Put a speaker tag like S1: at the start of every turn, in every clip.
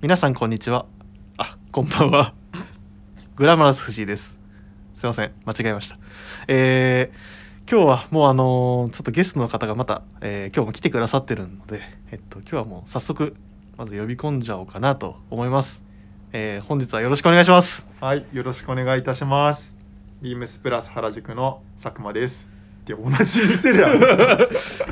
S1: 皆さんこんにちはあこんばんはグラマラス藤井ですすいません間違えましたえー今日はもうあのーちょっとゲストの方がまた、えー今日も来てくださってるので、えっと、今日はもう早速まず呼び込んじゃおうかなと思います、えー本日はよろしくお願いし ます
S2: はい、よろしくお願いいたします。ビームスプラス原宿の佐久間です。って同じ店 だよ。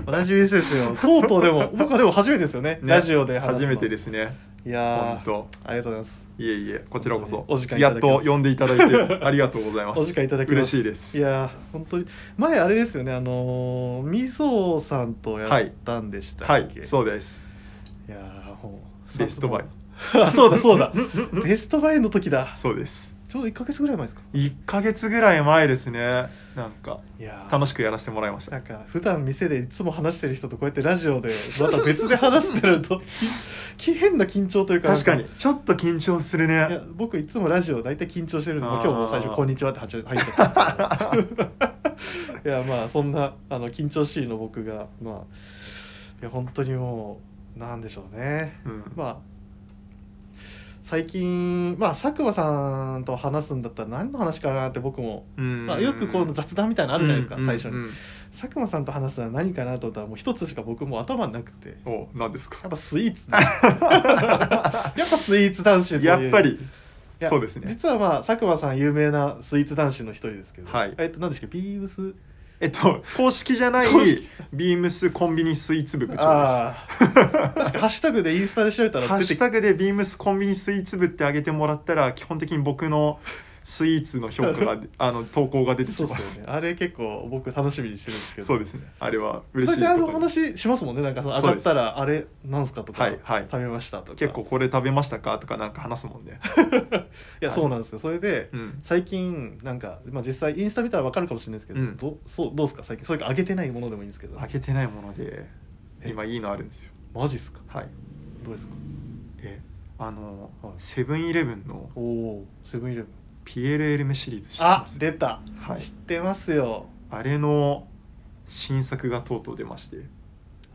S1: 同じ店ですよとうとうでも僕はでも初めてですよね
S2: ね
S1: ラジオで話す
S2: 初
S1: の
S2: めてですね。
S1: いや
S2: 本
S1: ー
S2: 当。
S1: ありがとうございます
S2: いえいえ、こちらこそ
S1: 本。当にお時間いた
S2: や
S1: だ
S2: っ
S1: きます
S2: と呼んでいただいてありがとうございます。
S1: お時間いただきます
S2: 嬉しいです。
S1: いやー本当に前あれですよねあのーみそさんとやったんでしたっけ、、
S2: はいい、そうです。
S1: やーもう
S2: ベストバイ。
S1: あそうだ そうだベストバイの時だ
S2: そうです。
S1: ちょうど1か月ぐらい前ですか
S2: 一ヶ月ぐらい前ですね。なんか
S1: いや
S2: 楽し
S1: く
S2: くやらせてもらいました
S1: な。んか普段店でいつも話してる人とこうやってラジオでまた別で話してると き変な緊張というか
S2: 確か
S1: い
S2: にちょっと緊張するね
S1: や。僕いつもラジオ大体緊張してるの
S2: あ
S1: で
S2: ー
S1: 今日も最初「こんにちは」って入っちゃ入っちゃったんですけど いやまあそんなあの緊張しいの僕がまあいや本当にもうなんでしょうね
S2: うん。
S1: まあ最近、まあ、佐久間さんと話すんだったら何の話かなって僕も、
S2: うん
S1: まあ、よくこう雑談みたいなのあるじゃないですか、
S2: うん
S1: 最初に、
S2: うんうん
S1: 佐久間さんと話すのは何かなと思ったらもう一つしか僕もう頭なくて
S2: お、何です
S1: や
S2: か
S1: っ。ぱスイー ツやっぱスイーツ男子という
S2: やっぱり。
S1: いや
S2: そうですね。
S1: 実はまあ佐久間さん有名なスイーツ男子の一人ですけど、
S2: はい
S1: えっと何でしたっけビームス
S2: えっと、公式じゃない
S1: 公式
S2: ビームスコンビニスイーツ部部長です。ハ
S1: ああ 確かハッシュタグでインスタで調べたら
S2: ッ
S1: 出て
S2: シュ
S1: きた
S2: タグでビームスコンビニスイーツ部ってあげてもらった ら、基本的に僕のスイーツの評価が、あの投稿が出てき
S1: そう
S2: ま
S1: です
S2: す
S1: よ。ねあれ結構僕楽しみにしてるんですけど
S2: そうですね。あれは嬉
S1: 大
S2: しい
S1: 体あの
S2: ことで。
S1: 話しますもんねなんかその上がったらあれなんすかとか、
S2: はいはい
S1: 食べましたとか
S2: 結構これ食べましたかとかなんか話すもんね。
S1: いやそうなんですよそれで
S2: うん。
S1: 最近なんか、まあ、実際インスタ見たらわかるかもしれないですけど、
S2: うん
S1: どそうどうですか最近それか上げてないものでもいいんですけど
S2: あげてないもので、
S1: え
S2: 今いいのあるんですよ。
S1: マジっすか
S2: はい。
S1: どうですか
S2: え、あの
S1: はい、
S2: セブンイレブンの
S1: おおセブンイレブン
S2: ピエールエルメシリーズ知ってま
S1: あ
S2: す
S1: 出た、
S2: はい
S1: 知ってますよ
S2: あれの新作がとうとう出まして。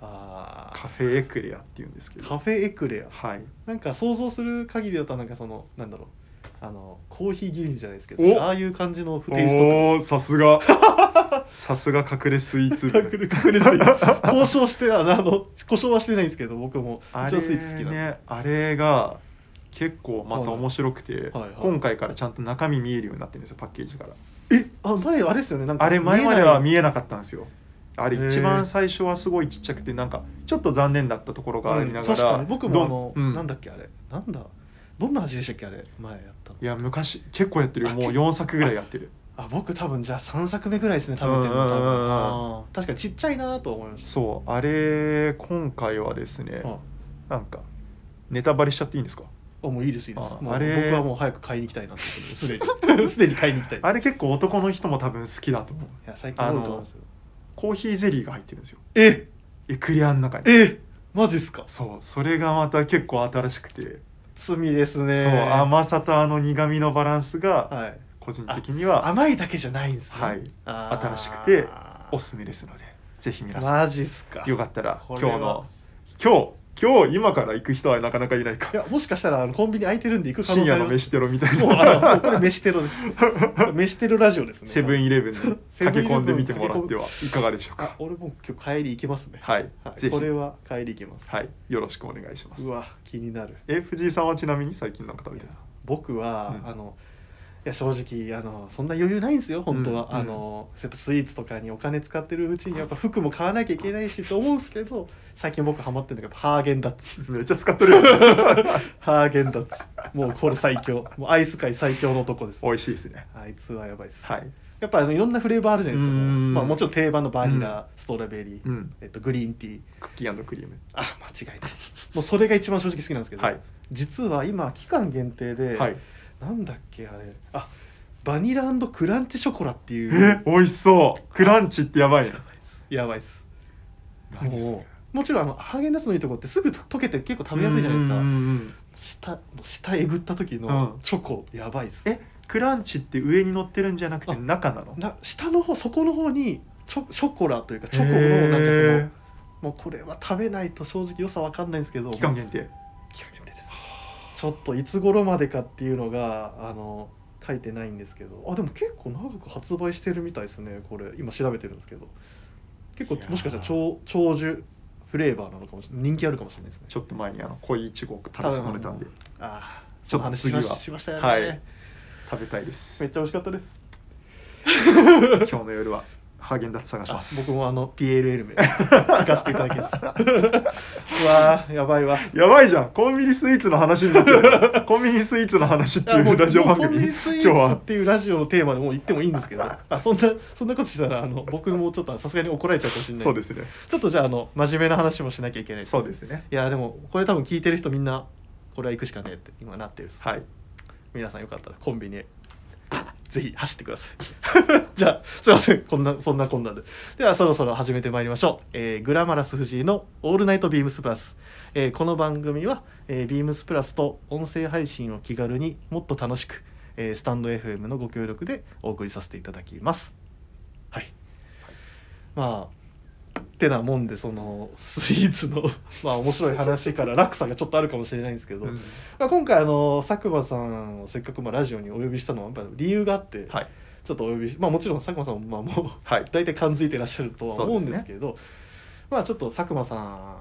S1: あー
S2: カフェエクレアっていうんですけ
S1: カ
S2: ど
S1: フェエクレア
S2: はい
S1: なんか想像する限りだとなんかそのなんだろうあのコーヒー牛乳じゃないですけ
S2: お
S1: どああいう感じのテイストって
S2: おーさすが さすが隠れスイーツ部
S1: 隠れ隠れスイーツ交渉してはあの故障はしてないんですけど僕も
S2: あ
S1: 一応
S2: れ
S1: スイーツ好きなんで、
S2: ねあれが結構また面白くて、
S1: はいはい
S2: 今回からちゃんと中身見えるようになってるんですよパッケージから
S1: えあ前あれですよねなんか
S2: あれ前までは
S1: 見え
S2: 見えなかったんですよあれ一
S1: へー
S2: 番最初はすごいちっちゃくてなんかちょっと残念だったところがあ
S1: ない
S2: りな
S1: うん
S2: が
S1: 確か
S2: ら、
S1: に僕もあの、
S2: どんうん
S1: なんだっけあれなんだどんな味でしたっけあれ前やったの
S2: いや昔結構やってるよもう4作ぐらいやってる
S1: あ僕多分じゃあ3作目ぐらいですね食べてる
S2: う
S1: の
S2: んうん
S1: 多
S2: うんうん
S1: 分あー確かにちっちゃいなと思いまし
S2: そうあれ今回はですね
S1: たあ
S2: なんかネタバレしちゃっていいんですか
S1: あもういいですいいです
S2: あ
S1: もう
S2: あれ
S1: 僕はもう早く買いに行きたいなと思ってすで にすでに買いに行きたいい
S2: あれ結構男の人も多分好きだと思う
S1: や最近多いと思うんですよ
S2: コーヒーゼリーが入ってるんですよ
S1: え
S2: エクレアの中に
S1: えマジっすか
S2: そうそれがまた結構新しくて、
S1: 罪ですね
S2: そう甘さとあの苦味のバランスが
S1: はい
S2: 個人的には
S1: 甘いだけじゃないんですね、
S2: はい
S1: あー
S2: 新しくておすすめですのでぜひ皆さ
S1: マジっすか
S2: んよかったら
S1: こ
S2: 今
S1: れは
S2: 日の今日今日今から行く人はなかなかいないか
S1: いやもしかしたらあのコンビニ空いてるんで行く可
S2: 深
S1: 能性あ
S2: 夜
S1: り
S2: の
S1: ます
S2: 飯テロみたい
S1: もうあのもう
S2: な
S1: これ飯テロです飯テロラジオですね
S2: セブンイレブンに
S1: セブンイレブン
S2: 駆け込んでみてもらってはいかがでしょう
S1: あ
S2: か
S1: 俺もう今日帰り行けますね
S2: はい、
S1: はい
S2: ぜひ
S1: これは帰り行けます、
S2: はいよろしくお願いします
S1: うわ気になる
S2: え藤井さんはちなみに最近なんか食べてる
S1: 僕は、
S2: うん
S1: あのいや正直あのそんな余裕ないんですよ本当は、
S2: うん
S1: あのやっぱスイーツとかにお金使ってるうちにやっぱ服も買わなきゃいけないしと思うんですけど最近僕ハマってるのがやっぱハーゲンダッツ
S2: めっちゃ使ってるよ
S1: ハーゲンダッツもうこれ最強もうアイス界最強の男です
S2: 美味しいですね
S1: あいつはやばいです
S2: はい、
S1: やっぱあのいろんなフレーバーあるじゃないですか、
S2: うんうんうん
S1: まあ、もちろん定番のバニラ、ストロベリー、
S2: うん、
S1: えっと、グリーンティー
S2: クッキークリーム
S1: あ間違いないもうそれが一番正直好きなんですけど、
S2: はい、
S1: 実は今期間限定で、
S2: はい、
S1: なんだっけあれあバニラクランチショコラっていう
S2: え美味しそうクランチってやばいな
S1: やばいっす
S2: 何それ
S1: もうもちろんあのハーゲンダッツのいいとこってすぐ溶けて結構食べやすいじゃないです
S2: う
S1: か
S2: んうんうん
S1: 舌もう舌えぐった時の
S2: うん
S1: チョコ、やばいっす
S2: えクランチって上に乗ってるんじゃなくて
S1: あ
S2: 中なの
S1: な下の方底の方にチョショコラというかチョコ
S2: へ
S1: の
S2: ー
S1: なんかそのもうこれは食べないと正直良さわかんないんですけど
S2: 期間限定
S1: 期間限定です ちょっといつ頃までかっていうのがあの書いてないんですけどあでも結構長く発売してるみたいですねこれ今調べてるんですけど結構
S2: いやー
S1: もしかしたら長長寿フレーバーなのかもしれない人気あるかもしれないですね
S2: ちょっと前にあの濃いイチゴを食べさまれたんで
S1: ああ
S2: ちょっと
S1: そ
S2: 次
S1: の
S2: は
S1: 話しまししましたよね、
S2: はい食べたいです
S1: めっちゃ美味しかったです
S2: 今日の夜はハーゲンダッツ探し
S1: あ
S2: ます
S1: 僕もあの PLL 名行かせていただきます うわーやばいわ
S2: やばいじゃんコンビニスイーツの話になっちゃうコンビニスイーツの話って
S1: いや
S2: い
S1: も
S2: う
S1: う
S2: ラジオ番
S1: もうコンビ
S2: 組
S1: ニスイ
S2: 今日
S1: ーツっ
S2: は
S1: ていうラジオのテーマでもう言ってもいいんですけど あそんなそんなことしたらあの僕もちょっとさすがに怒られちゃうかもしれない
S2: そうですね
S1: ちょっとじゃああの真面目な話もしなきゃいけない
S2: そうですね
S1: いやでもこれ多分聞いてる人みんなこれは行くしかねえって今なってるです、
S2: はい
S1: 皆さんよかったらコンビニへぜひ走ってください じゃあすいませんこんなそんなこんなでではそろそろ始めてまいりましょう、えーグラマラス藤井の「オールナイトビームスプラス」えーこの番組は、えービームスプラスと音声配信を気軽にもっと楽しく、えースタンド FM のご協力でお送りさせていただきますはい、まあってなもんでそのスイーツのまあ面白い話から落差がちょっとあるかもしれないんですけど、
S2: うん
S1: まあ、今回あの佐久間さんをせっかくまあラジオにお呼びしたのはやっぱ理由があって、
S2: はい
S1: ちょっとお呼びし、まあ、もちろん佐久間さんもまあもう
S2: はい
S1: 大体感づいてらっしゃるとは思うん
S2: そ
S1: で
S2: うですすね
S1: けどまあちょっと佐久間さん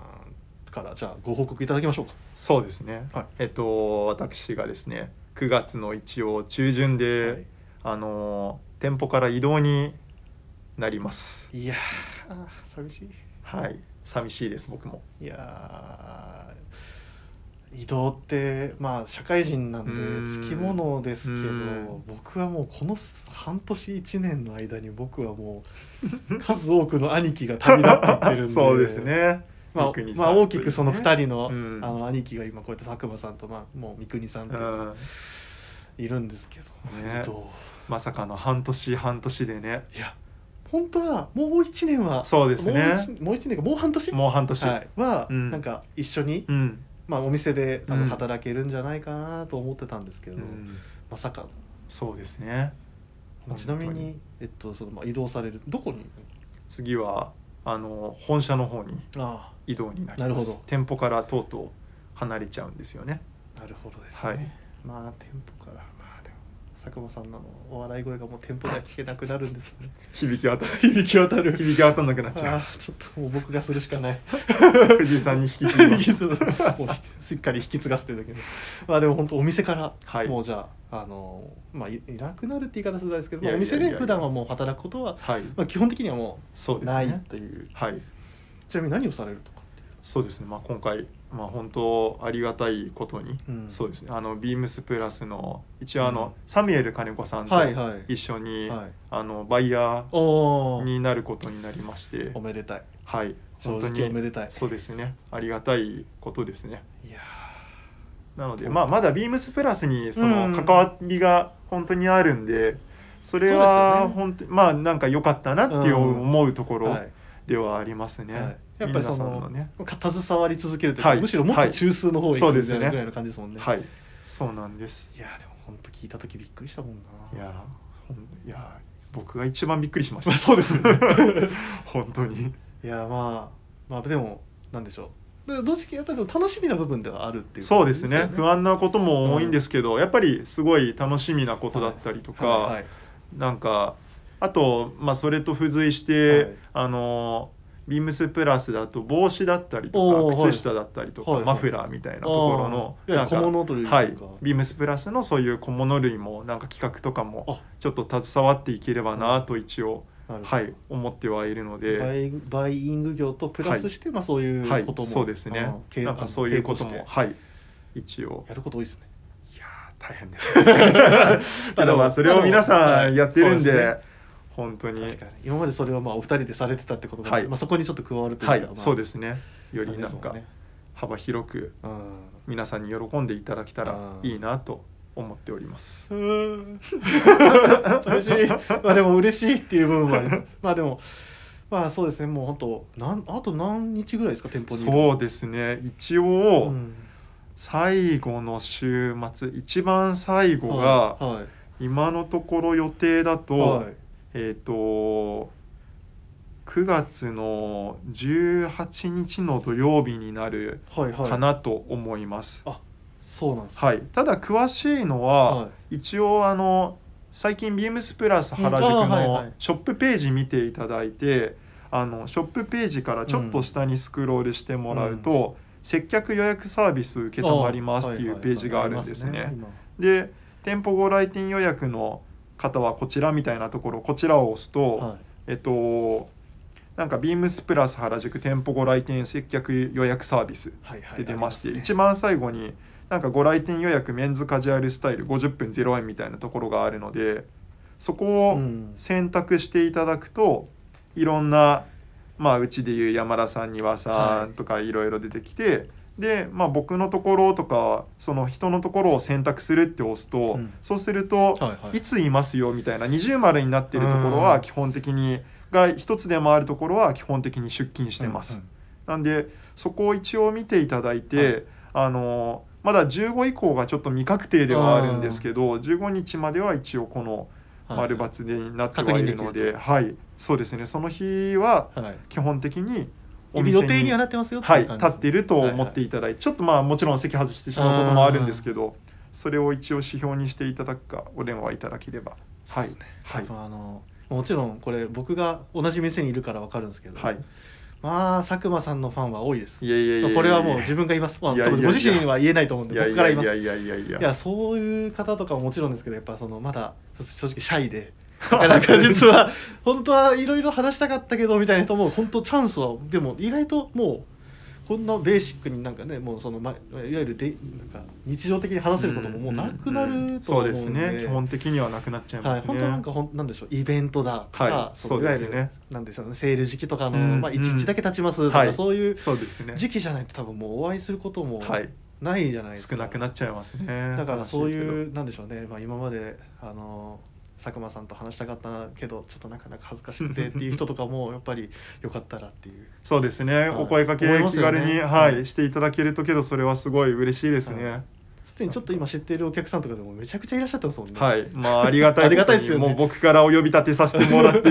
S1: からじゃあご報告いただきましょうか。
S2: そうですね、
S1: はい
S2: えっと私がですね9月の一応中旬で、あのー店舗から移動になります
S1: い、いやー寂し
S2: はい寂しいです僕も
S1: いいやー移動ってまあ社会人なん
S2: うー
S1: で
S2: ん
S1: つきものですけ
S2: う
S1: ど
S2: ーん
S1: 僕はもうこの半年1年の間に僕はも う数多くの兄貴が旅立っていってるんで
S2: そうですね
S1: まあ
S2: 三國、さん
S1: まあ大きく
S2: と
S1: その
S2: ね
S1: 2人の,、
S2: うん
S1: あの兄貴が今こうやって佐久間さんと、まあ、もう三國さん
S2: う
S1: と
S2: ん
S1: いるんですけど、
S2: ね
S1: ど
S2: まさかの半年半年でね
S1: ういや本当はもう1年は
S2: そうですね
S1: もう 1, もう一年かもう半年
S2: もう半年、
S1: はい、は、
S2: うん
S1: なんか一緒に、
S2: うん、
S1: まあ、お店で多
S2: う
S1: 分
S2: ん
S1: 働けるんじゃないかなと思ってたんですけど、
S2: うん、
S1: まさか、
S2: そうですね
S1: まあちなみ
S2: 本当
S1: に、えっとそのまあ、移動されるどこに
S2: 次はあの本社の方に
S1: あ
S2: 移動になります
S1: なるほど
S2: 店舗からとうとう離れちゃうんですよね
S1: あなるほどですね、
S2: はい
S1: まあ店舗からまあでも佐久間さんのお笑い声がもう店舗では聞けなくなるんですね
S2: 響き渡る
S1: 響き渡る
S2: 響き渡んなくなっちゃ
S1: あーちょっともう僕がするしか ない。
S2: う藤井さんに引き継ぎ ます
S1: もうしっかり引き継がせていただきます。まあでも本当お店から、
S2: はい
S1: もうじゃああのまあいいなくなるって言い方するんですけど、まあ
S2: いや
S1: お
S2: いやいや
S1: 店で普段はもう働くことは
S2: はい
S1: まあ基本的にはも
S2: そう
S1: う
S2: です
S1: ない
S2: ね
S1: という。
S2: はい
S1: ちなみに何をされるとか。
S2: そうですねまあ今回まあ本当ありがたいことに、
S1: うん
S2: そうですねあのビームスプラスの一応あ
S1: う
S2: の、
S1: ん
S2: サミュエル金子さんと
S1: はいはい。
S2: 一緒に、
S1: はい。
S2: あのバイヤ
S1: おお
S2: ー。になることになりまして
S1: おめでたい。
S2: はい
S1: 正
S2: 本当
S1: 直おめ
S2: に
S1: でたい。
S2: そうですねありがたいことですね
S1: いや
S2: なので、まあ、まだビームスプラスにその
S1: うん
S2: 関わりが本当にあるんで、それ
S1: そう
S2: は
S1: ですよね
S2: 本当に、まあなんか良かったなっていう
S1: うん
S2: 思うとこ
S1: ー。
S2: ろ
S1: はい。
S2: ではありますね。
S1: はいやっぱりその
S2: 皆さんね、
S1: 携わり続けるというか、
S2: はい
S1: むしろもっと中枢の方へ行
S2: はい
S1: くみたい
S2: そう
S1: な
S2: ですね
S1: ぐらいの感じですもんね。
S2: はい、そうなんです。
S1: いやーでも本当聞いた時びっくりしたもん
S2: い
S1: な。
S2: やー、ほんいやー僕が一番びっくりしまし
S1: まあ
S2: た。
S1: そうですよね
S2: 本当に。
S1: いやまあまあでもなんでしょうで同時にやっぱりでも楽しみな部分ではあるっていう
S2: そう
S1: 感
S2: で
S1: じ
S2: すね。不安なことも多いんですけど、やっぱりすごい楽しみなことだったりとか。
S1: はいはい
S2: なんかあと、まあ、それと付随して、
S1: はい
S2: あのビームスプラスだと帽子だったり
S1: お
S2: と
S1: ーは
S2: か
S1: い
S2: 靴下だったりとか、
S1: はいはい
S2: マフラーみたいなとこ
S1: あ
S2: ろの
S1: ーいわゆる
S2: なん
S1: 小
S2: か
S1: 物というか
S2: はい、ビームスプラスのそういう小物類もなんか企画とかも
S1: あ
S2: ちょっと携わっていければなと一応、
S1: なるほど
S2: はい、思ってはいるの
S1: バ
S2: で。
S1: イバイイング業とプラスして、まあそう
S2: は
S1: いう
S2: い
S1: ことも、
S2: そうです
S1: あ
S2: ね
S1: の
S2: なんかそういうこと
S1: 並
S2: も
S1: 行して
S2: はい一応
S1: やること多いですね
S2: いやー大変ですね けどまあそれを皆さんやってるんで,、
S1: はいそう
S2: 本当
S1: で
S2: に
S1: すね確かに今までそれをまあお二人でされてたってことが、
S2: はい
S1: まあ、そこにちょっと加わるというか、
S2: はい、
S1: まあ、
S2: そうですねよ
S1: あれ
S2: り
S1: で
S2: な
S1: す
S2: ん
S1: もん
S2: か
S1: ね
S2: 幅広く
S1: うん
S2: 皆さんに喜んでいただけたら
S1: うん
S2: いいなと思っております
S1: うーん寂しいまあでも嬉しいっていう部分もありますまあでもまあそうですねもう本当なんあと何日ぐらいですか店舗にいる
S2: そうですね一
S1: う
S2: 応
S1: ん
S2: 最後の週末一番最後が
S1: は
S2: 今のところ予定だ
S1: い、
S2: と
S1: はい、
S2: えっと9月の18日の土曜日になる
S1: はいはい
S2: かなと思います
S1: あそうなんですね
S2: はい、ただ詳しいのは、一応あの最近ビームスプラス原宿
S1: うんあーはいは
S2: の
S1: い
S2: ショップページ見ていただいて、あのショップページからちょっと下にスクロールしてもらうと、接客予約サービス受けたまりますっていうページがあるんです
S1: はいはいはい
S2: ね。で店舗ご来店予約の方はこちらみたいなところこちらを押すと、
S1: あ
S2: えっとなんかビームスプラス原宿店舗ご来店接客予約サービス
S1: りますね今はいはいはい
S2: で出まして、
S1: あり
S2: 一番最後になんかご来店予約メンズカジュアルスタイル50分0円みたいなところがあるのでそこ
S1: う
S2: を
S1: ん
S2: 選択していただくと、いろんなまあうちでいう山田さん庭さ
S1: は
S2: ん
S1: い
S2: とかいろいろ出てきて、で、まあ、僕のところとかその人のところを選択するって押すと、
S1: うん
S2: そうする
S1: は
S2: と、
S1: いはい
S2: いついますよみたいな二重丸になっているところは基本的にが一つでもあるところは基本的に出勤してます。
S1: うんうん
S2: なんでそこを一応見ていただいて、あのまだ15以降がちょっと未確定ではあるんですけど15日までは一応この
S1: はい
S2: 丸×でになってはい
S1: 確
S2: るの
S1: 認できる
S2: で、はいそうですねその日は
S1: はい
S2: 基本的にお
S1: 予
S2: 店に
S1: 定にはなってますよ
S2: はい、立っていると思って
S1: い
S2: いただいて、ちょっとまあもちろん席外してしまうこともあるんですけどそれを一応指標にしていただくかお電話いただければはい、は
S1: はいい、あのもちろんこれ僕が同じ店にいるからわかるんですけど、
S2: はい、
S1: まあ佐久間さんのファンは多いです
S2: いやいやいやいや
S1: これはもう自分が言います、まあ、
S2: いやいやいや
S1: ご自身には言えないと思うんで
S2: いや
S1: 僕から言います
S2: い
S1: い
S2: や
S1: や
S2: いやいやいや
S1: そういう方とかももちろんですけどやっぱそのまだ正直シャイで なんか実は本当はいろいろ話したかったけどみたいな人も本当チャンスはでも意外ともうこんなベーシックになんかねもうそのまいわゆるでなんか日常的に話せることももうなくなると思うんで、
S2: そうですね基本的にはなくなっちゃい
S1: は
S2: ま
S1: い、
S2: すね、
S1: 本当なんかほんなんでしょうイベントだとか、
S2: はい
S1: その
S2: そうですね
S1: いわゆるなんでしょうねセール時期とかの、
S2: うん
S1: まあ、一日だけ経ちますとか、
S2: はい
S1: そういう
S2: そうですね
S1: 時期じゃないと多分もうお会いすることも
S2: はい
S1: ないじゃないですか、
S2: 少なくなっちゃいますね
S1: だからそう
S2: 悲し
S1: い
S2: いう
S1: なんでしょうね、まあ、今まであの佐久間さんと話したかったけどちょっとなかなか恥ずかしくてっていう人とかもやっぱりよかったらっていう
S2: けどそうですね、
S1: い
S2: お声かけ
S1: 思いま
S2: 気
S1: すよね
S2: 軽に、はい
S1: はい
S2: していただけるとけどそれはすごい嬉しいですね、
S1: はすでにちょっと今知ってるお客さんとかでもめちゃくちゃいらっしゃってますもんね
S2: はい、まあありがたいことに
S1: ありがたいですよね
S2: もう僕からお呼び立てさせてもら って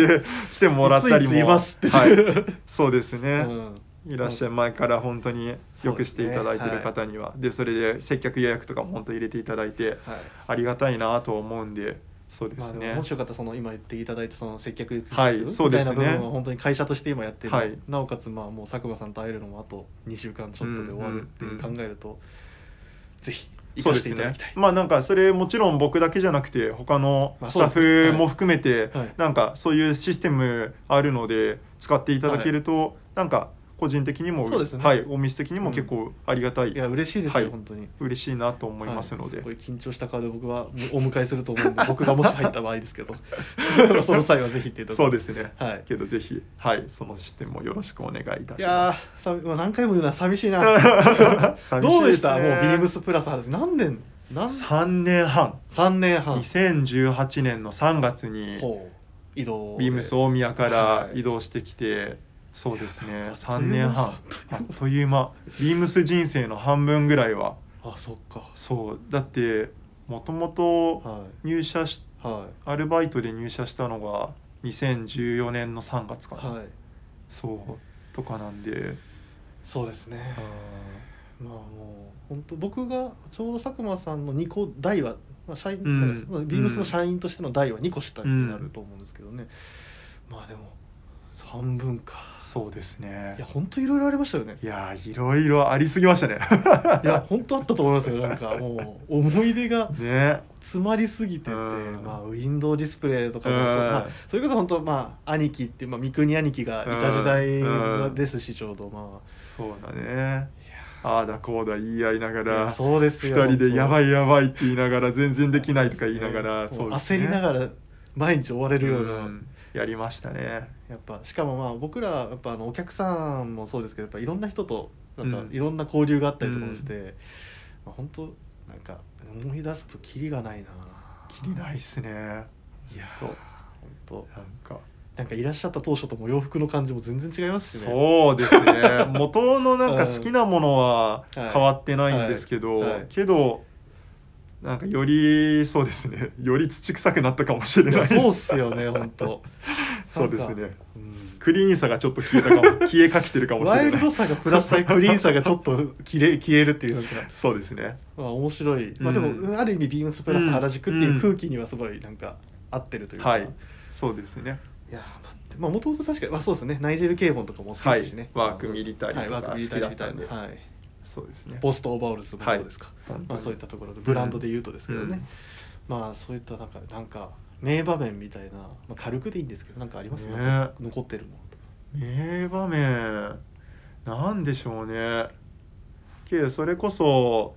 S2: 来てもらったり
S1: つ
S2: も
S1: いついますって、
S2: はい、
S1: う
S2: そうですね、
S1: ん
S2: いらっしゃい前から本当によくしていただいて
S1: そうです
S2: る
S1: ね
S2: 方にはで,、それで接客予約とかも本当入れていただい
S1: は
S2: て
S1: い
S2: ありがたいなと思うんでそうで
S1: まあ、
S2: す
S1: で
S2: ね、
S1: ももしよかったらその今言っていただいたその接客
S2: はい
S1: み
S2: そう
S1: た
S2: で
S1: い
S2: す
S1: な
S2: ね
S1: 部分は本当に会社として今やってる、
S2: はい
S1: なおかつまあもう佐久間さんと会えるのもあと2週間ちょっとで終わるっていう考えると、ぜひ生
S2: そう
S1: か
S2: で
S1: して
S2: す
S1: いただ
S2: ね
S1: きたい、
S2: まあなんかそれもちろん僕だけじゃなくて他の
S1: まあ
S2: ス
S1: そう
S2: タ
S1: ですね
S2: ッフも含めて
S1: はい
S2: なんかそういうシステムあるので使っていただけるとなんか個人的にも
S1: そうですね
S2: はいお店的にも結構ありがたい
S1: い、や嬉しいですよ、
S2: はい
S1: 本当に
S2: 嬉しいなと思いますので、
S1: はいすごい緊張した顔で僕はお迎えすると思うんで 僕がもし入った場合ですけど その際はぜひっていうとこ
S2: そう
S1: ろ
S2: ですね
S1: はい
S2: けどぜひはいそのシステムもよろしくお願いいたします
S1: いやーさもう何回も言うな寂しいな
S2: 寂しいですね
S1: どうでしたもうビームスプラス話何年何
S2: 3年半
S1: 3年半
S2: 2018年の3月に
S1: ほう移動で
S2: ビームス大宮から
S1: はい
S2: 移動してきて、そうですね
S1: あっという間
S2: 3年半あっという間ビームス人生の半分ぐらいは
S1: あそっか
S2: そうだってもともと
S1: は
S2: 入社し
S1: いは
S2: アルバイトで入社したのが2014年の3月
S1: い
S2: かな、
S1: はい
S2: そうとかなんで
S1: そうですね
S2: あー
S1: まあもう本当僕がちょうど佐久間さんの2個代は、まあ、社員、
S2: うん
S1: なんかまあビームスの社員としての代は2個下になると思うんですけどね、まあでも半分か
S2: そうですね
S1: いや本当いろいろありましたよね
S2: いやーいろいろありすぎ ましたね
S1: いや本当あったと思いますよなんかもう思い出が
S2: ね
S1: 詰まりすぎてて、
S2: うん
S1: まあ、ウィンドウディスプレイとかも
S2: う
S1: そ,、
S2: ん
S1: まあ、それこそ本当まあ兄貴って、まあ、三国兄貴がいた時
S2: う
S1: 代
S2: ん
S1: ですしちょうどまあ
S2: そうだね
S1: いや
S2: ああだこうだ言い合いなが
S1: いや
S2: ら
S1: そうです
S2: 二
S1: よ
S2: 人で「やば
S1: 本
S2: いやばい」って言いながら全然
S1: 当
S2: できないとか言いながら
S1: そう
S2: そうですね
S1: 焦りながら毎日追われるような、
S2: うんやりましたね
S1: やっぱしかもまあ僕らやっぱあのお客さんもそうですけどやっぱいろんな人となんか
S2: うん
S1: いろんな交流があったりとかもして、まあ、本当なんか思い出すとキリがないな
S2: きりないっすね
S1: いや
S2: そ
S1: ー
S2: う
S1: 本当
S2: なんか
S1: なんかいらっしゃった当初とも洋服の感じも全然違いますしね
S2: そうで すね元のなん
S1: う
S2: か
S1: ん
S2: 好きなものは
S1: はい
S2: 変わってないんですけど
S1: はいはい
S2: けどなんかよりそうですねより土臭くなったかもしれ
S1: い
S2: ない
S1: や
S2: です
S1: そうっすよね本当。
S2: そうです
S1: なん
S2: ね
S1: うん
S2: クリーンさがちょっと消え たかも消えかけてるかもし
S1: ワイ
S2: れ
S1: ル
S2: ない
S1: ドさがプラスされクリーンさがちょっと切れ消えるっていうなんか、
S2: そうですね
S1: まあ、面白い、まあ、で
S2: うん
S1: も、ある意味ビームスプラス原宿って
S2: う
S1: い
S2: ん
S1: う空気にはすごいなんか合ってるというか、
S2: はいいそうですね
S1: やーだってまあもともと確かに、まあ、そうですねナイジェル・ケイボンとかも好き
S2: は
S1: で
S2: い
S1: すしね、
S2: ワークミリタリ
S1: はい
S2: ー
S1: ワ
S2: と
S1: ー
S2: か
S1: ク
S2: 好
S1: ミリタリー
S2: きだっ
S1: みた
S2: た
S1: い
S2: んで
S1: な、はい、
S2: そうですね
S1: ボストオーバーオルズもそうですか、
S2: 本当
S1: まあ、
S2: に
S1: そういったところでブランドで言うとですけどね、
S2: うん
S1: まあそういった中でなんか名場面みたいな、まあ、軽くでいいんですけどなんかあります
S2: ね
S1: なんか残ってるもん
S2: 名場面なんでしょうねけそれこそ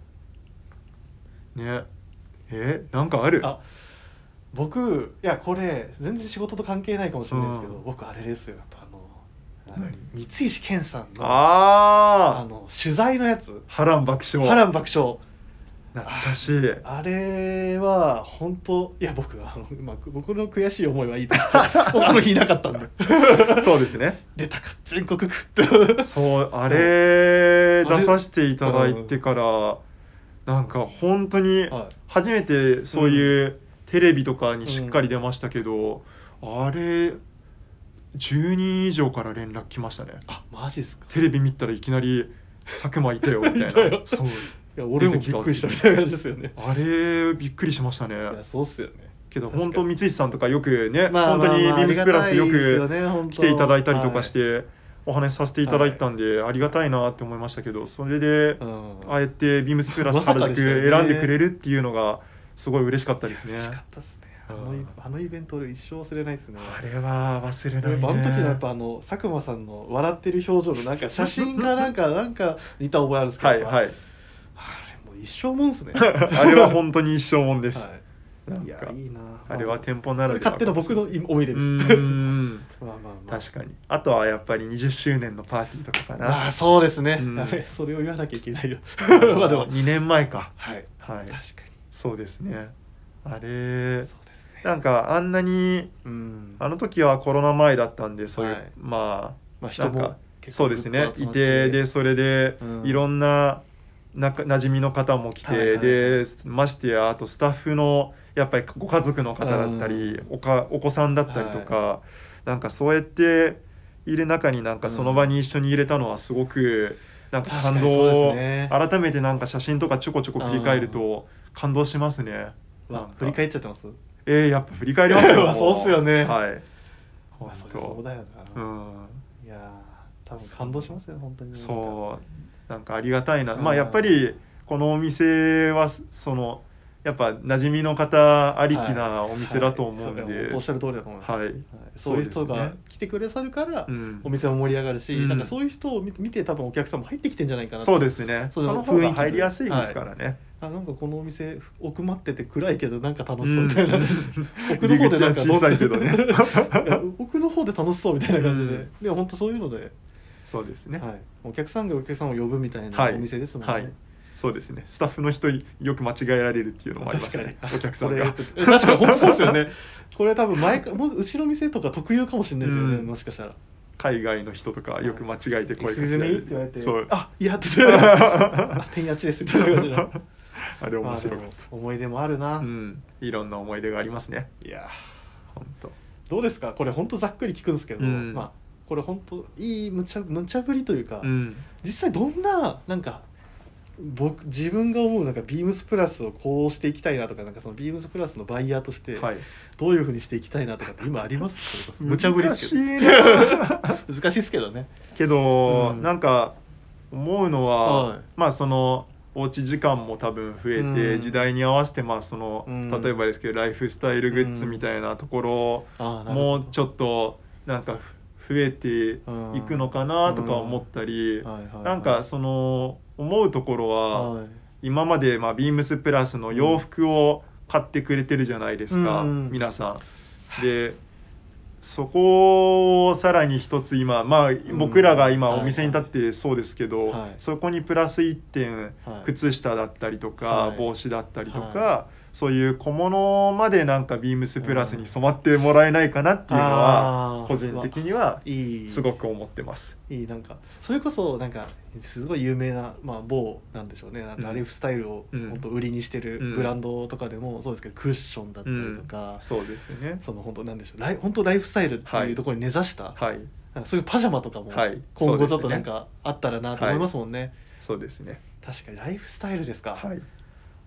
S2: ねえなんかある
S1: あ僕いやこれ全然仕事と関係ないかもしれないですけど、
S2: うん
S1: 僕あれですよやっぱあのあの
S2: 何
S1: 三石健さんのあ
S2: あー
S1: の取材のやつ
S2: 波乱爆
S1: 「
S2: 笑
S1: 波乱爆笑
S2: 懐かしい」
S1: あれは本当いや僕あの、まあ、僕の悔しい思いはいいですけ どあの日いなかったんで
S2: そうですね
S1: 出たか全国区 って
S2: そうあれ
S1: あれ
S2: 出させていただいてからなんか本当に
S1: は
S2: 初めてそういうテレビとかにしっかり出ましたけど、あれ10人以上から連絡来ましたね
S1: あマジっすか
S2: テレビ見たらいきなり佐久間いたよみ たいない
S1: たよ
S2: そう
S1: いや俺もびっくりしたみたいな感じですよね
S2: あれびっくりしましたね
S1: いやそうっすよね
S2: けど
S1: 確かに
S2: 本当三石さんとかよくね、
S1: まあ
S2: 本当にビ
S1: まあまあ
S2: ームスプラスよく来
S1: 来
S2: ていただいたりとかし、
S1: あ
S2: てお話しさせていただいたんでありがたいなって思いましたけどそれで
S1: りがたいっすよね本当
S2: ああやってビームスプラ
S1: ま
S2: ス
S1: さか
S2: 原
S1: で
S2: 宿
S1: したよね
S2: 選んでくれるっていうのがすごい嬉しかったですね
S1: 嬉しかったですねあ
S2: うん
S1: のイあのイベント俺一生忘れないですね
S2: あれは忘れ
S1: や
S2: な
S1: っ
S2: いね
S1: ぱあの時のやっぱあの佐久間さんの笑ってる表情の なんか写真がなんかなんか似た覚えあるんですけど
S2: はいはい
S1: あれもう一生もんっ すね
S2: あれは本当に一生もんです、
S1: はい
S2: なん
S1: いや
S2: か
S1: いいな
S2: あれは
S1: こ
S2: 店舗なら
S1: れ
S2: では
S1: 勝手な僕の思い出
S2: う
S1: です
S2: ん
S1: まあまあまあ
S2: 確かにあとはやっぱり20周年のパーティーとかか な、
S1: まあそうですね
S2: うん
S1: やべそれを言わなきゃいけないよ まあでも
S2: 2年前か
S1: はい
S2: は
S1: 確
S2: い
S1: か
S2: そうですねあ
S1: に
S2: れ
S1: そうですね
S2: なんかあんなに
S1: うん
S2: あの時はコロナ前だったんでそういう、
S1: はい
S2: ま
S1: まあ人
S2: なん
S1: も
S2: かあ
S1: 結
S2: そ
S1: 構
S2: う
S1: ぐ
S2: で
S1: っと
S2: す
S1: 集
S2: ね
S1: まって
S2: いてでそれで、
S1: うん
S2: いろんななか馴染みの方も来て、
S1: はいはいはい
S2: でましてやあとスタッフのやっぱりご家族の方だったり、おかお子さんだったりとか、なんかそうやっている中になんかその場に一緒に入れたのはすごくなんか
S1: 確
S2: 感
S1: かに
S2: 動
S1: そうです
S2: を、
S1: ね
S2: 改めてなんか写真とかちょこちょこ振り返ると感動しますね。
S1: まあ
S2: なんか
S1: 振り返っちゃってます
S2: えー、やっぱ振り返りますよ。
S1: まあそうっすよね
S2: はい。
S1: まあそりゃそうだよ
S2: う
S1: な、
S2: ん。
S1: いやー多分感動しますよ本当に
S2: そうなんかありがたいな、
S1: うん
S2: まあやっぱりこのお店はそのやっぱ馴染みの方あ
S1: あ
S2: りきなお店だと思うんで、
S1: おっしゃる通りだと思います、
S2: はい
S1: そういう人
S2: そうです
S1: が
S2: ね
S1: 来てくれさるから、
S2: うん
S1: お店も盛り上がるし、
S2: うん
S1: なんかそういう人を見て見て多分お客さんも入ってきてんじゃないかな
S2: そう
S1: す
S2: ですね
S1: そ
S2: そうの
S1: 雰
S2: 方
S1: 囲気
S2: が
S1: で
S2: 入りやすいですからね、
S1: あなんかこのお店奥まってて暗いけどなんか楽
S2: う
S1: しそうんみたいな、奥の方でなんか
S2: 入り口は小さいけどね
S1: いや 奥の方で楽しそうみたいな感じで、
S2: うん
S1: でも本当そういうので、
S2: そうですね、
S1: はい、お客さんがお客さんを呼ぶみたいな
S2: はい
S1: お店ですもんね、
S2: はいそうですねスタッフの人よく間違えられるっていうのもありまし
S1: 確
S2: た
S1: かに
S2: ねお客さんが
S1: こ れ確かに本当そうですよね これ多分前かもう後ろ店とか特有かもしれないですよね、
S2: うん
S1: もしかしたら「
S2: 海外の人とかよく間違えて
S1: エク
S2: 声
S1: スキュー
S2: かけ
S1: ズ
S2: ら
S1: ミー」っ
S2: れる
S1: て言われて
S2: そう
S1: あいや」って 言ってあ
S2: あ
S1: 「天やちです」みたい な感じの
S2: れ
S1: ま
S2: 面
S1: あで
S2: 白
S1: も
S2: かっ
S1: 思い出もあるな、
S2: た、うん、いろんな思い出がありますね
S1: いや
S2: 本当
S1: ーどうですかこれ本当ざっくり聞くんですけど、
S2: うん
S1: まあこれ本当いい無茶無茶ぶりというか、
S2: うん
S1: 実際どんななんか僕自分が思うなんかビームスプラスをこうしていきたいなとかなんかそのビームスプラスのバイヤーとして
S2: はい、
S1: どういうふうにしていきたいなとかって今ありますそれこそ無
S2: 無
S1: 茶
S2: 茶
S1: ぶ
S2: ぶ
S1: り
S2: り
S1: で
S2: ですす
S1: け
S2: け
S1: ど
S2: ど
S1: 難しいですけどね。
S2: け
S1: う
S2: ど、
S1: ん
S2: なんか思うのは、
S1: はい
S2: まあそのおうち時間も多分増えて、
S1: うん
S2: 時代に合わせてまあその、
S1: うん
S2: 例えばですけどライフスタイルグッズみたいなとこ
S1: ああ
S2: ろ
S1: なるほ
S2: も
S1: ど
S2: ちょっとなんかふ増えていくのかなとか思った
S1: は
S2: り、
S1: いはいはい
S2: なんかその思うところは、
S1: はい
S2: 今までまあビームスプラスの洋服を買ってくれてるじゃないですか、
S1: うん
S2: 皆さん。でそこをさらに一つ今まあ
S1: ん
S2: 僕らが今
S1: はい
S2: お店に立ってそうですけど、
S1: はい
S2: そこにプラス1点
S1: はい
S2: 靴下だったりとか、
S1: はい
S2: 帽子だったりとか、
S1: は
S2: そういう小物までなんかビームスプラスに染まってもらえないかなっていうのは
S1: あー
S2: 個人的には
S1: いい
S2: すごく思ってます。
S1: いいなんかそれこそなんかすごい有名な、まあ、某なんでしょうねなんか
S2: うん
S1: ライフスタイルを
S2: うん
S1: 本当売りにしてる
S2: うん
S1: ブランドとかでもそうですけどクッションだったりとか、
S2: そうですね。
S1: その本当なんでしょうライ本当ライフスタイルって
S2: はいいう
S1: ところに根ざした、
S2: はい、
S1: なんかそういうパジャマとかも
S2: はい
S1: 今後ち
S2: そ
S1: ょ
S2: う
S1: っと
S2: ですね
S1: なんかあったらなと思いますもんね、
S2: そうですね。
S1: 確かにライフスタイルですか、
S2: はい。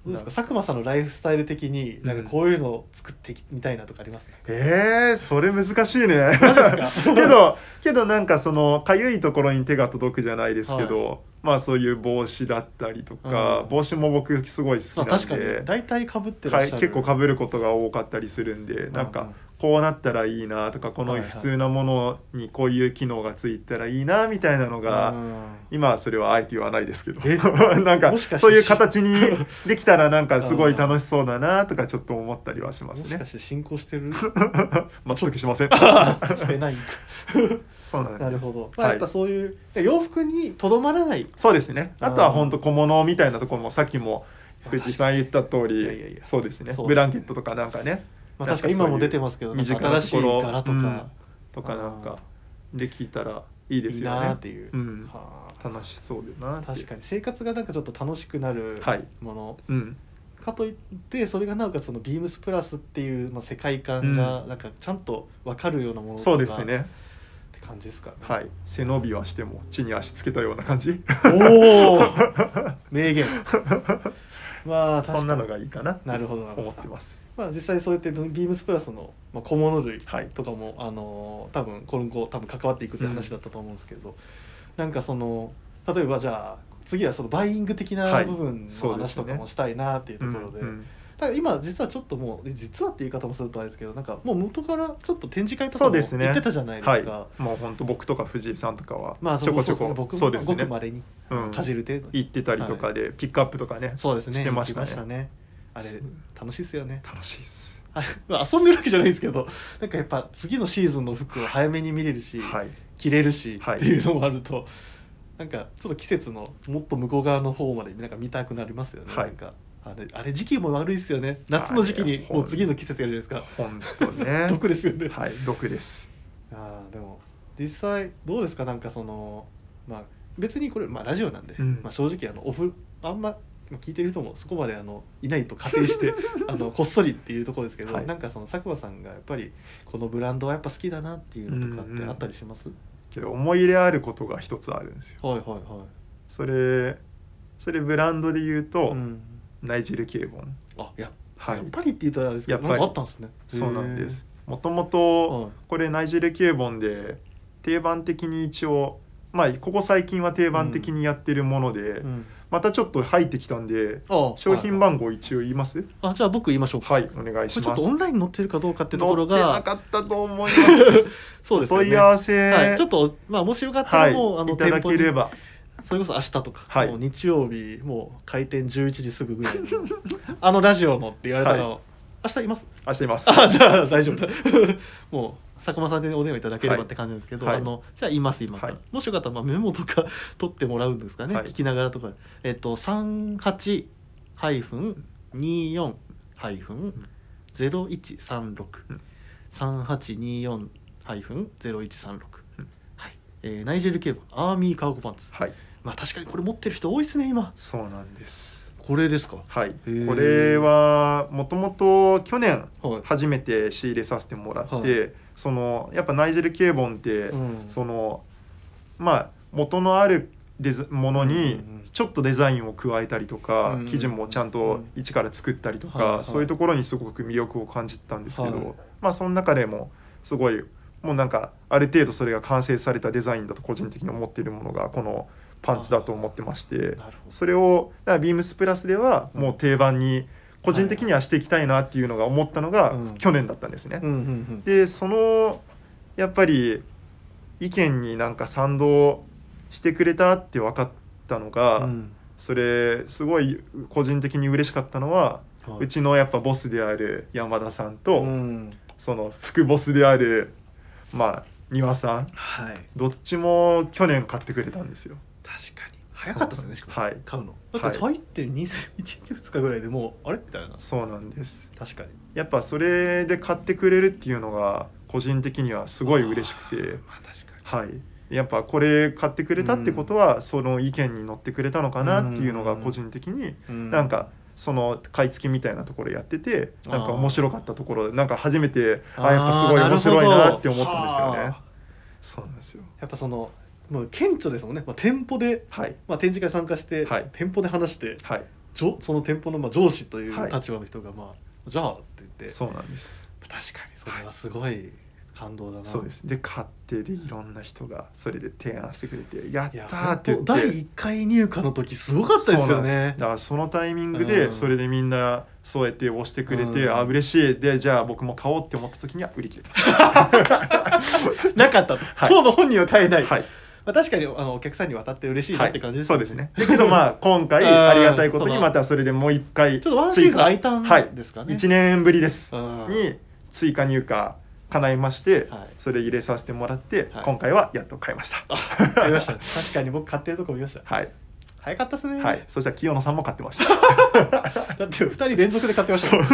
S1: どうですか佐久間さんのライフスタイル的になんかこういうのを作ってみたいなとかあります ね、
S2: えー、それ難しいね。
S1: マジですか
S2: けどけどなんかそのかゆいところに手が届くじゃないですけど、まあそういう帽子だったりとか、
S1: うん
S2: 帽子も僕すごい
S1: ま
S2: 好
S1: あ、
S2: きなん
S1: 確かに
S2: で。
S1: 大体かぶってら
S2: は
S1: っ
S2: い、
S1: しゃる、
S2: 結構被ることが多かったりするんでなん
S1: う
S2: かこうなったらいいなとかこ
S1: はい
S2: の
S1: はい
S2: 普通なものにこういう機能がついたらいいなみたいなの
S1: う
S2: が
S1: ん
S2: 今はそれはあえて言わないですけど
S1: え
S2: なんか
S1: もしかして
S2: そういう形にできたらなんかすごい楽しそうだなとかちょっと思ったりはします
S1: もしか
S2: ね。
S1: して進行して る
S2: 全くしません。
S1: してないんか
S2: そうなんです
S1: なるほど、まあ、
S2: は
S1: やっ
S2: い
S1: ぱそういう、洋服にとどまらない
S2: そうですね。
S1: うん
S2: あとは本当小物みたいなところもさっきも藤井さん言った通
S1: いやいやい
S2: り
S1: や、
S2: そうですね
S1: そうですね。
S2: ブランケットとかなんかね、
S1: まあ、
S2: な
S1: 確
S2: んか
S1: かに今も出てますけど
S2: そういう
S1: なんか新しい
S2: 身近なところ
S1: 柄とか
S2: とかなん
S1: あ
S2: かで聞いたらいいで
S1: いい
S2: すよ
S1: なーっ
S2: ね。
S1: ていう、
S2: うん
S1: はあ
S2: 楽しそうだなっていう。
S1: 確かに生活がなんかちょっと楽しくなる
S2: はい
S1: もの、
S2: うん。
S1: かといってそれがなおかつそのビームスプラスっていう、まあ、世界観が
S2: う
S1: なんかちゃんと分かるようなものとか
S2: そうですね。
S1: って感じですかね、
S2: はい。背伸びはしても地に足つけたような感じ。
S1: おお 名言まあ確かに
S2: そんなのがいいかなって
S1: なるほどなるほど
S2: 思ってます。
S1: まあ、実際そうやってビームスプラスのまあ小物類
S2: はい。
S1: とかも、あのー多分今後多分関わっていくって話だったと思うんですけど、なんかその例えばじゃあ次はそのバイイング的な
S2: はい
S1: 部分の
S2: そうで
S1: 話
S2: す
S1: と
S2: ね
S1: かもしたいなっていうところで、
S2: うんうん
S1: ただ今実はちょっともう実はっていう言い方もするとあれですけどなんかもう元からちょっと展示会とか
S2: そ
S1: も
S2: う
S1: 行
S2: ですね
S1: ってたじゃないですか。
S2: はい。もう本当僕とか藤井さんとかは
S1: まあ、
S2: ちょこちょこ
S1: 僕も
S2: そうです
S1: ごく
S2: ね。
S1: まれに
S2: うん
S1: かじる程度に、
S2: 行ってたりとかでピックアップとかね。
S1: そうですね
S2: してましたね
S1: 行きねあれ楽しいですよね
S2: 楽しいです。
S1: あまあ遊んでるわけじゃないですけどなんかやっぱ次のシーズンの服を早めに見れるし、
S2: はい。
S1: 着れるし、
S2: は
S1: っ
S2: い
S1: ていうのもあるとなんかちょっと季節のもっと向こう側の方までなんか見たくなりますよね、
S2: はい
S1: なんかあれあれ時期も悪いですよね夏の時期
S2: あい
S1: に
S2: や
S1: もう次の季節やるじゃないです
S2: 本当ね
S1: か。 毒ですよね、
S2: はい、毒です。
S1: あーでも実際どうですかなんかそのまあ別にこれ、まあ、ラジオなんで、
S2: うん
S1: まあ、正直あのオフあんままあ聞いてる人もそこまであのいないと仮定して あのこっそりっていうところですけど、
S2: はい
S1: なんかその佐久間さんがやっぱりこのブランドはやっぱ好きだなっていうのとかっ
S2: うんう
S1: て
S2: ん
S1: あったりします、
S2: けど思い入れあることが一つあるんですよ。
S1: はいはいはい
S2: それ、それブランドで言うと、
S1: うん、
S2: ナイジェル・ケイボン。
S1: あや,、
S2: は
S1: やっ
S2: い。
S1: ぱりって言ったらあれですけど
S2: や
S1: な
S2: っぱ
S1: ん
S2: り
S1: かあったんですね
S2: そうなんです
S1: へ。
S2: もとも
S1: ー
S2: と、
S1: はい
S2: これナイジェル・ケイボンで、定番的に一応、まあ、ここ最近は定番的にやってるもので、
S1: うん、
S2: またちょっと入ってきたんで、
S1: あ
S2: 商品番号一応言います
S1: あじゃあ僕言いましょうか
S2: はい、お願い
S1: こ
S2: し
S1: れちょ
S2: ま
S1: っ
S2: す
S1: と。オンラインに載ってるかどうかってところ
S2: 載ってな
S1: が
S2: かったと思います。
S1: そうですよね
S2: 問い合わせ、
S1: はい、ちょっと、まあ、もしよかった
S2: はい
S1: らもう、あの
S2: いただ
S1: 店舗
S2: けれ
S1: に
S2: ば、
S1: それこそ明日とか、
S2: はい
S1: もう日曜日もう開店11時すぐぐらいにあのラジオのって言われたら、
S2: は
S1: 明日います
S2: 明日います。
S1: あじゃあ大丈夫だ もう佐久間さんでお電話いただければ
S2: はい
S1: って感じなんですけど、
S2: はい
S1: あのじゃあいます今から、
S2: はい
S1: もしよかったら、まあ、メモとか取ってもらうんですかね、
S2: はい
S1: 聞きながらとかえっと38ハイフン24ハイフン0136
S2: うん
S1: 三八二四ハイフンゼロ一三六
S2: うん。
S1: はい。えー、ナイジェルケーブアーミーカーゴパンツ。
S2: はい、
S1: まあ確かにこれ持ってる人多いですね今。
S2: そうなんです。
S1: これですか。は
S2: はい、
S1: ー
S2: これはもともと去年
S1: い。
S2: 初めて仕入れさせてもらって、
S1: はい
S2: そのやっぱナイジェル・ケーボンって、
S1: ん
S2: そのまあ元のあるデザもの
S1: うん
S2: に
S1: うんうん
S2: ちょっとデザインを加えたりとか、
S1: うんうん
S2: 生地もちゃんと一から作ったりと
S1: はい
S2: か、
S1: はい
S2: そういうところにすごく魅力を感じたんですけど、
S1: はい
S2: まあその中でもすごいもうなんかある程度それが完成されたデザインだと個人的に思っているものがこのパンツだと思ってまして。
S1: なるほど。
S2: それをだからビームスプラスではもう定番に個人的にはしていきたいなっていうのが思ったのが
S1: うん
S2: 去年だったんですね
S1: う。んうんうん。
S2: でそのやっぱり意見になんか賛同してくれたって分かったのが、
S1: うん
S2: それすごい個人的に嬉しかったのは、
S1: はいう
S2: ちのやっぱボスである山田さんと、
S1: うん
S2: その副ボスであるまあ丹羽さん
S1: はい。
S2: どっちも去年買ってくれたんですよ。
S1: 確かに。 早かったですよねしかも、
S2: はい
S1: 買うのだって入って2 1日2日ぐらいでもうあれみたいな
S2: そうなんです
S1: 確かに
S2: やっぱそれで買ってくれるっていうのが個人的にはすごい嬉しく
S1: あ
S2: て
S1: ーまあ確かに
S2: はい、やっぱこれ買ってくれたってことは、その意見に乗ってくれたのかなっていうのが個人的に、なんかその買い付けみたいなところやっててなんか面白かったところなんか初めてあやっぱすごい面白いなって思ったんですよ
S1: あーなるほど
S2: ね
S1: は。
S2: そうなんですよ
S1: ーやっぱそのもう顕著ですもんね、まあ、店舗で、
S2: はい
S1: まあ、展示会参加して、
S2: はい
S1: 店舗で話して
S2: はい
S1: じょその店舗のまあ上司という
S2: はい
S1: 立場の人が、まあじゃあって言って
S2: そうなんです
S1: 確かにそれはすごい感動だな、
S2: そうですで買ってでいろんな人がそれで提案してくれて「やっ
S1: い
S2: た
S1: や
S2: ー」って言
S1: 本
S2: っ
S1: 当第
S2: て。
S1: 1回入荷の時すごかったですよね
S2: だからそのタイミング
S1: うん
S2: でそれでみんなそうやって押してくれて、
S1: うん
S2: あ嬉しいでじゃあ僕も買おうって思った時には売り切れた
S1: なかったと、
S2: はい
S1: 当の本人は買えない、
S2: はい、
S1: まあ、確かにあのお客さんに渡って嬉しいなって感じです
S2: そ
S1: よ
S2: うですね。だけどまあ今回
S1: うん
S2: ありがたいこと
S1: そ
S2: に
S1: う
S2: またそれでもう一回
S1: ちょっとワンシーズン空いた
S2: はい
S1: んですかね、
S2: 1年ぶりです
S1: うん
S2: に追加入荷叶いまして、
S1: はい
S2: それ入れさせてもらって、
S1: はい
S2: 今回はやっと買いました。
S1: 買いましたね確かに僕買ってるとこ見ました
S2: はい、
S1: 早かったですね、
S2: はい、そしたら清野さんも買って ました。
S1: だって2人連続で買ってましたもん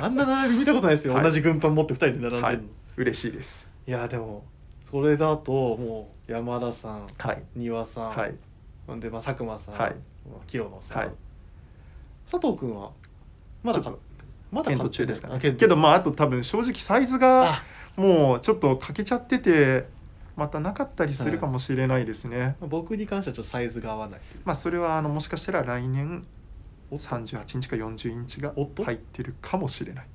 S1: あんな並び見たことないですよ、
S2: はい
S1: 同じ軍パン持って2人で並んでるの、
S2: はいい、嬉しいです。
S1: やでもそれだともう山田さん
S2: はい、
S1: 丹羽さん、
S2: はい、
S1: ほんで、まあ、佐久間さん、
S2: はい
S1: 清野さん、
S2: はい
S1: 佐藤君はまだか
S2: ちょっ
S1: まだ買ってない
S2: 検討中ですか
S1: あ
S2: ね。
S1: 検討
S2: けどまああと多分正直サイズが
S1: あ
S2: もうちょっと欠けちゃってて、またなかったりするかもしれないですね。
S1: 僕に関してはちょっとサイズが合わない
S2: まあそれはあのもしかしたら来年
S1: おっと
S2: 38インチか40インチが
S1: おっと
S2: 入ってるかもしれない。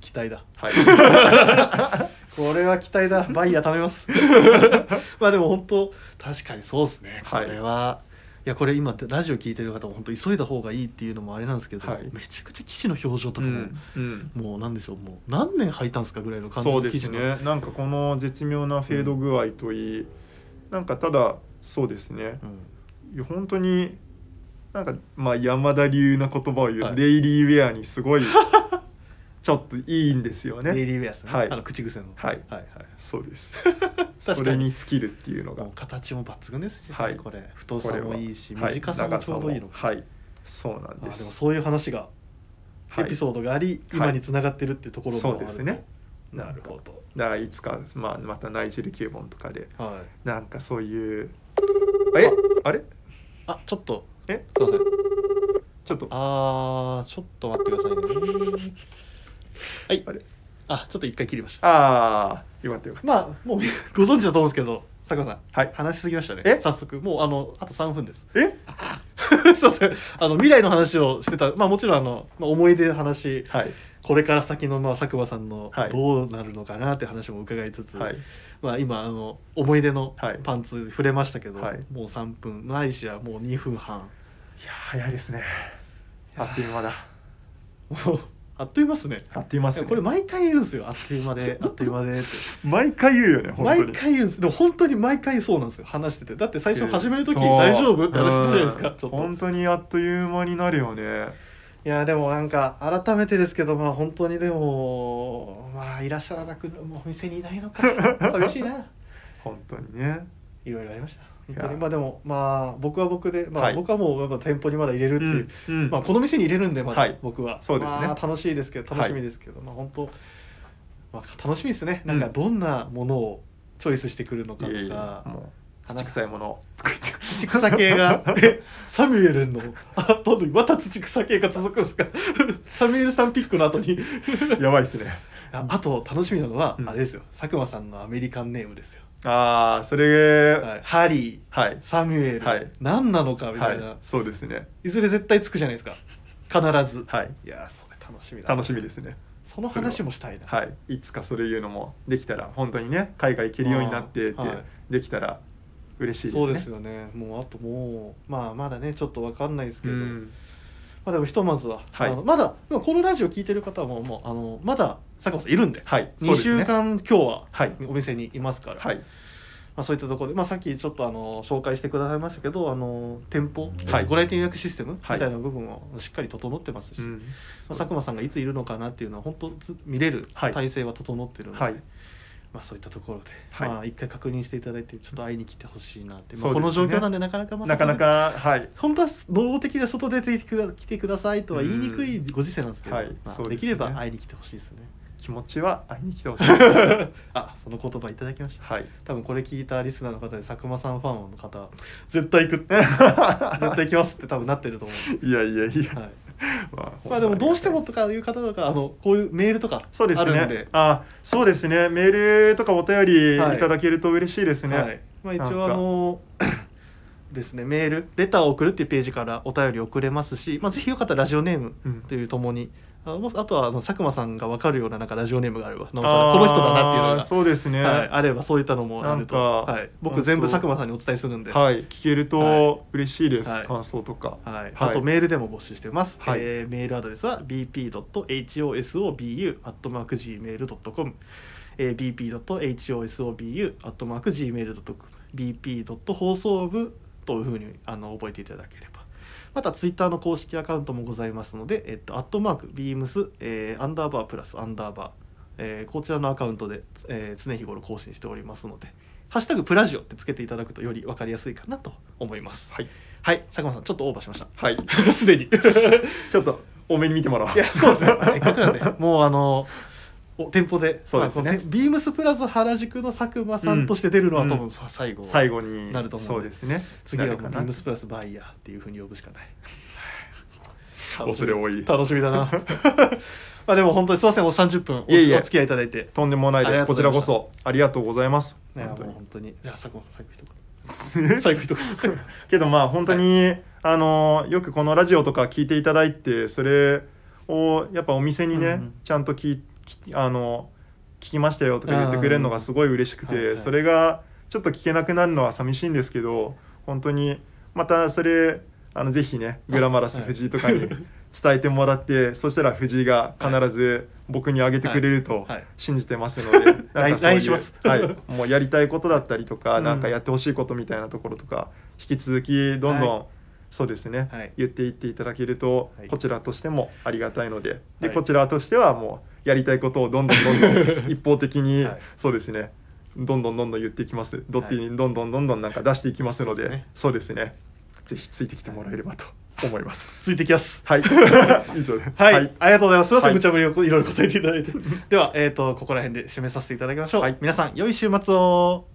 S1: 期待だ
S2: はい。
S1: これは期待だバイヤー貯めます まあでも本当確かにそうですねこ
S2: はい
S1: れは、い、やこれ今ラジオ聞いてる方も本当急いだ方がいいっていうのもあれなんですけど、
S2: はい
S1: めちゃくちゃ記事の表情と
S2: う
S1: かも、
S2: ん。うん。
S1: もうなんでしょうもう何年履いたんですかぐらいの感じ
S2: そう
S1: の
S2: で
S1: 記
S2: す
S1: 事の、
S2: ね。なんかこの絶妙なフェード具合といい、なんかただそうですね。
S1: うん
S2: 本当になんかまあ山田流な言葉を言う、
S1: はい
S2: デイリーウェアに すごいちょっといいんですよ
S1: デイ
S2: ね。
S1: リーウェアですね、
S2: はい
S1: あの口癖の、
S2: はい
S1: はい
S2: そうです。
S1: かに
S2: それに尽きるっていうのが
S1: もう形も抜群ですしね、
S2: はい
S1: これ太
S2: こ
S1: さ
S2: れ
S1: も
S2: はい
S1: いし
S2: はい
S1: 短さもちょうどいいの
S2: 長
S1: か、
S2: さもはい。そうなんで
S1: あ
S2: す。
S1: でもそういう話がエ
S2: はい
S1: ピソードがあり、
S2: はい
S1: 今につながってるっていうところもあると、
S2: そうですね
S1: なるほど
S2: だからいつか、まあ、またナイジェルキューボンとかで
S1: はい
S2: なんかそういうえあれ
S1: あちょっと
S2: え
S1: すいません
S2: ちょっとあ
S1: あーちょっと待ってくださいねはい
S2: あれ
S1: あちょっと一回切りました
S2: あーよかったよかっ
S1: まあもう ご存知だと思うんですけど佐久間さん
S2: たはい
S1: 話しすぎましたね
S2: え
S1: 早速もうあのあと3分です
S2: え
S1: すいませんあの未来の話をしてたまあもちろんあの、まあ、思い出の話
S2: はい
S1: これから先のまあ佐久間さんの
S2: はい
S1: どうなるのかなっていう話も伺いつつ、
S2: はい
S1: まあ、今あの思い出の
S2: はい
S1: パンツ触れましたけど、
S2: はい
S1: もう3分ないしはもう2分半
S2: いや早いですねあっという間だ
S1: もうあっという間ですね
S2: あっという間っ
S1: い
S2: す
S1: や
S2: ね
S1: これ毎回言うんですよあっという間 であっという間でって
S2: 毎回言うよね本当
S1: 毎
S2: に
S1: 回言うんですでも本当に毎回そうなんですよ話しててだって最初始める時
S2: そう
S1: 大丈夫って話してたじゃないですか
S2: うん
S1: ちょっと
S2: 本当にあっという間になるよね
S1: いやでもなんか改めてですけどまあ本当にでもまあいらっしゃらなくもうお店にいない のか寂しいな
S2: 本当にね
S1: いろいろありました本当
S2: い
S1: に
S2: や
S1: まあでもまあ僕は僕で、まあ、
S2: はい
S1: 僕はもうやっぱ店舗にまだ入れるっていう、
S2: うんうん
S1: まあ、この店に入れるんでまだ、
S2: はい
S1: 僕は
S2: そうですね
S1: まあ、楽しいですけど楽しみですけど、まあ本当、まあ、楽しみですねなんか
S2: うん
S1: どんなものをチョイスしてくるのかと
S2: いえいえ
S1: か、
S2: もう土臭い ものとか言って
S1: 土草系 がえサミュエルのあどんどんまた土草系が続くんですか サミュエルさんピックの後に
S2: やばいっすね
S1: ああと楽しみなのは、
S2: うん
S1: あれですよ佐久間さんのアメリカンネームですよ、
S2: ああそれ
S1: はい、ハリ
S2: はい
S1: ーサミュエル、
S2: はい
S1: 何なのかみた
S2: はい
S1: な、
S2: いそうですね
S1: いずれ絶対つくじゃないですか必ず
S2: はい
S1: いやーそれ楽しみだな
S2: 楽しみですね
S1: その話もしたいな
S2: はいいつかそれいうのもできたら本当にね海外行けるようになってって
S1: あーはい
S2: できたら嬉しいですね
S1: そうですよねもうあともうまあまだねちょっとわかんないですけ
S2: う
S1: ど、
S2: ん
S1: まあでもひとまずは、
S2: はい
S1: あのまだでもこのラジオ聞いてる方ももうあのまだ佐久間さんいるんで
S2: はいそ
S1: 2
S2: うですね
S1: 週間、今日は
S2: はい
S1: お店にいますから、
S2: は
S1: ま
S2: い
S1: あ、そういったところで、まあ、さっきちょっとあの紹介してくださいましたけどあの店舗、
S2: はい
S1: ご来店予約システムみた
S2: はい
S1: いな部分もしっかり整ってますし、
S2: う
S1: ま
S2: ん
S1: あ佐久間さんがいついるのかなっていうのは本当ず見れる
S2: はい
S1: 体制は整ってるので、
S2: はい
S1: まあ、そういったところで、
S2: はい
S1: まあ、一回確認していただいてちょっと会いに来てほしいなって、ま
S2: そ
S1: あ、
S2: う
S1: こ
S2: ですね
S1: の状況なんでなかなかまあ
S2: なかなかはい
S1: 本当は能動的な外出てきてくだ来てくださいとは言いにくいご時世なんですけど、
S2: はい
S1: まあ
S2: そうですね
S1: できれば会いに来てほしいですね。
S2: 気持ちは会いに来て ほしいです
S1: あその言葉いただきました
S2: はい
S1: 多分これ聞いたリスナーの方で佐久間さんファンの方は絶対行く絶
S2: 絶
S1: 対行きますって多分なってると思うんで
S2: いやいやいや、
S1: はい、
S2: まあ
S1: まあでもどうしても
S2: 本
S1: とかいう方とかあのこういうメールとかあ
S2: 当にあり
S1: る
S2: がたいそう
S1: ん
S2: です
S1: で
S2: ねあそうですねメールとかお便りい
S1: はい
S2: ただけると嬉しいですね、
S1: はいまあ、一
S2: なん
S1: 応
S2: か
S1: あの ですねメールレターを送るっていうページからお便り送れますし、まあ、ぜひよかったらラジオネーム
S2: うん
S1: というともにあのもあとはあの佐久間さんが分かるようななんかラジオネームがあればなおさ
S2: あ
S1: ら
S2: ー
S1: この人だなっていうのが
S2: そうですね、
S1: はい、あればそういったのもあると、
S2: なんか
S1: はい、
S2: 本
S1: 僕
S2: 当
S1: 全部佐久間さんにお伝えするんで、
S2: はい、聞けると嬉しいです、
S1: はい
S2: 感想とか。
S1: はい
S2: い
S1: あとメールでも募集してます、
S2: はい
S1: えーメールアドレスは bp.hosobu.gmail.com、えー、bp.hosobu.gmail.com bp. 放送部というふうにあの覚えていただければまたツイッターの公式アカウントもございますので、えっと、アットマーク、ビームス、えーアンダーバープラス、アンダーバー、えーこちらのアカウントで、えー常日頃更新しておりますので、ハッシュタグプラジオってつけていただくとより分かりやすいかなと思います。
S2: はい、
S1: はい、佐久間さん、ちょっとオーバーしまし
S2: はい、
S1: た。すでに。い
S2: ちょっと多めに見てもらおう。
S1: や、そうですね。 せっかくなんで、もうあの、お店舗で、
S2: そうですね
S1: まあこのビームスプラス原宿の佐久間さんとして出るのは、
S2: うん
S1: 多分さ最後。
S2: 最後に
S1: なると思う
S2: そうですね。
S1: 次はもうビ
S2: なる
S1: ー
S2: か
S1: ム
S2: な
S1: スプラスバイヤーっていうふうに呼ぶしかない。
S2: 恐れ多い
S1: 楽しみだな。 まあでも本当にすみません、もう30分お
S2: いえいえ
S1: お付き合いいただいて。
S2: とんでもないで
S1: あり
S2: す。
S1: がとうご
S2: こち
S1: ざい
S2: ら
S1: ま
S2: こ
S1: した
S2: そありがとうございます。
S1: いやも
S2: 本
S1: う
S2: 当に
S1: 本当に。じゃあ佐久間さん、最後一言。最後一 言。
S2: けどまあ本当に、あのよくこのラジオとか聞いていただいてそれをやっぱお店にね、
S1: うんうん
S2: ちゃんと聞きあの聞きましたよとか言ってくれるのがすごい嬉しく
S1: う
S2: て、
S1: んはいはい
S2: それがちょっと聞けなくなるのは寂しいんですけど本当にまたそれあのぜひねグラマラス藤井とかに
S1: はい
S2: 伝えてもらって、そしたら藤井が必ず僕にあげてくれると
S1: はい
S2: 信じてま すので、なんかそういう
S1: LINE します
S2: はい、もうやりたいことだったりとか、
S1: うん
S2: なんかやってほしいことみたいなところとか引き続きどんどん、
S1: は
S2: そうですね、
S1: はい
S2: 言っていっていただけると、
S1: はい
S2: こちらとしてもありがたいので,、で
S1: はい
S2: こちらとしてはもうやりたいことをどんどんどんど ん一方的に、
S1: はい
S2: そうですねどんどんどんどん言っていきますドッティにどんどんどんどんなんか出していきますので、
S1: はい
S2: そうですねぜひついてきてもらえればと思います。
S1: ついてきます。
S2: はい、以上です。
S1: はい、ありがとうございます。すみません、
S2: はい
S1: 無茶ぶりをこういろいろ答えていただいて。では、えっ、と、ここら辺で締めさせていただきましょう。皆さん、良い週末を。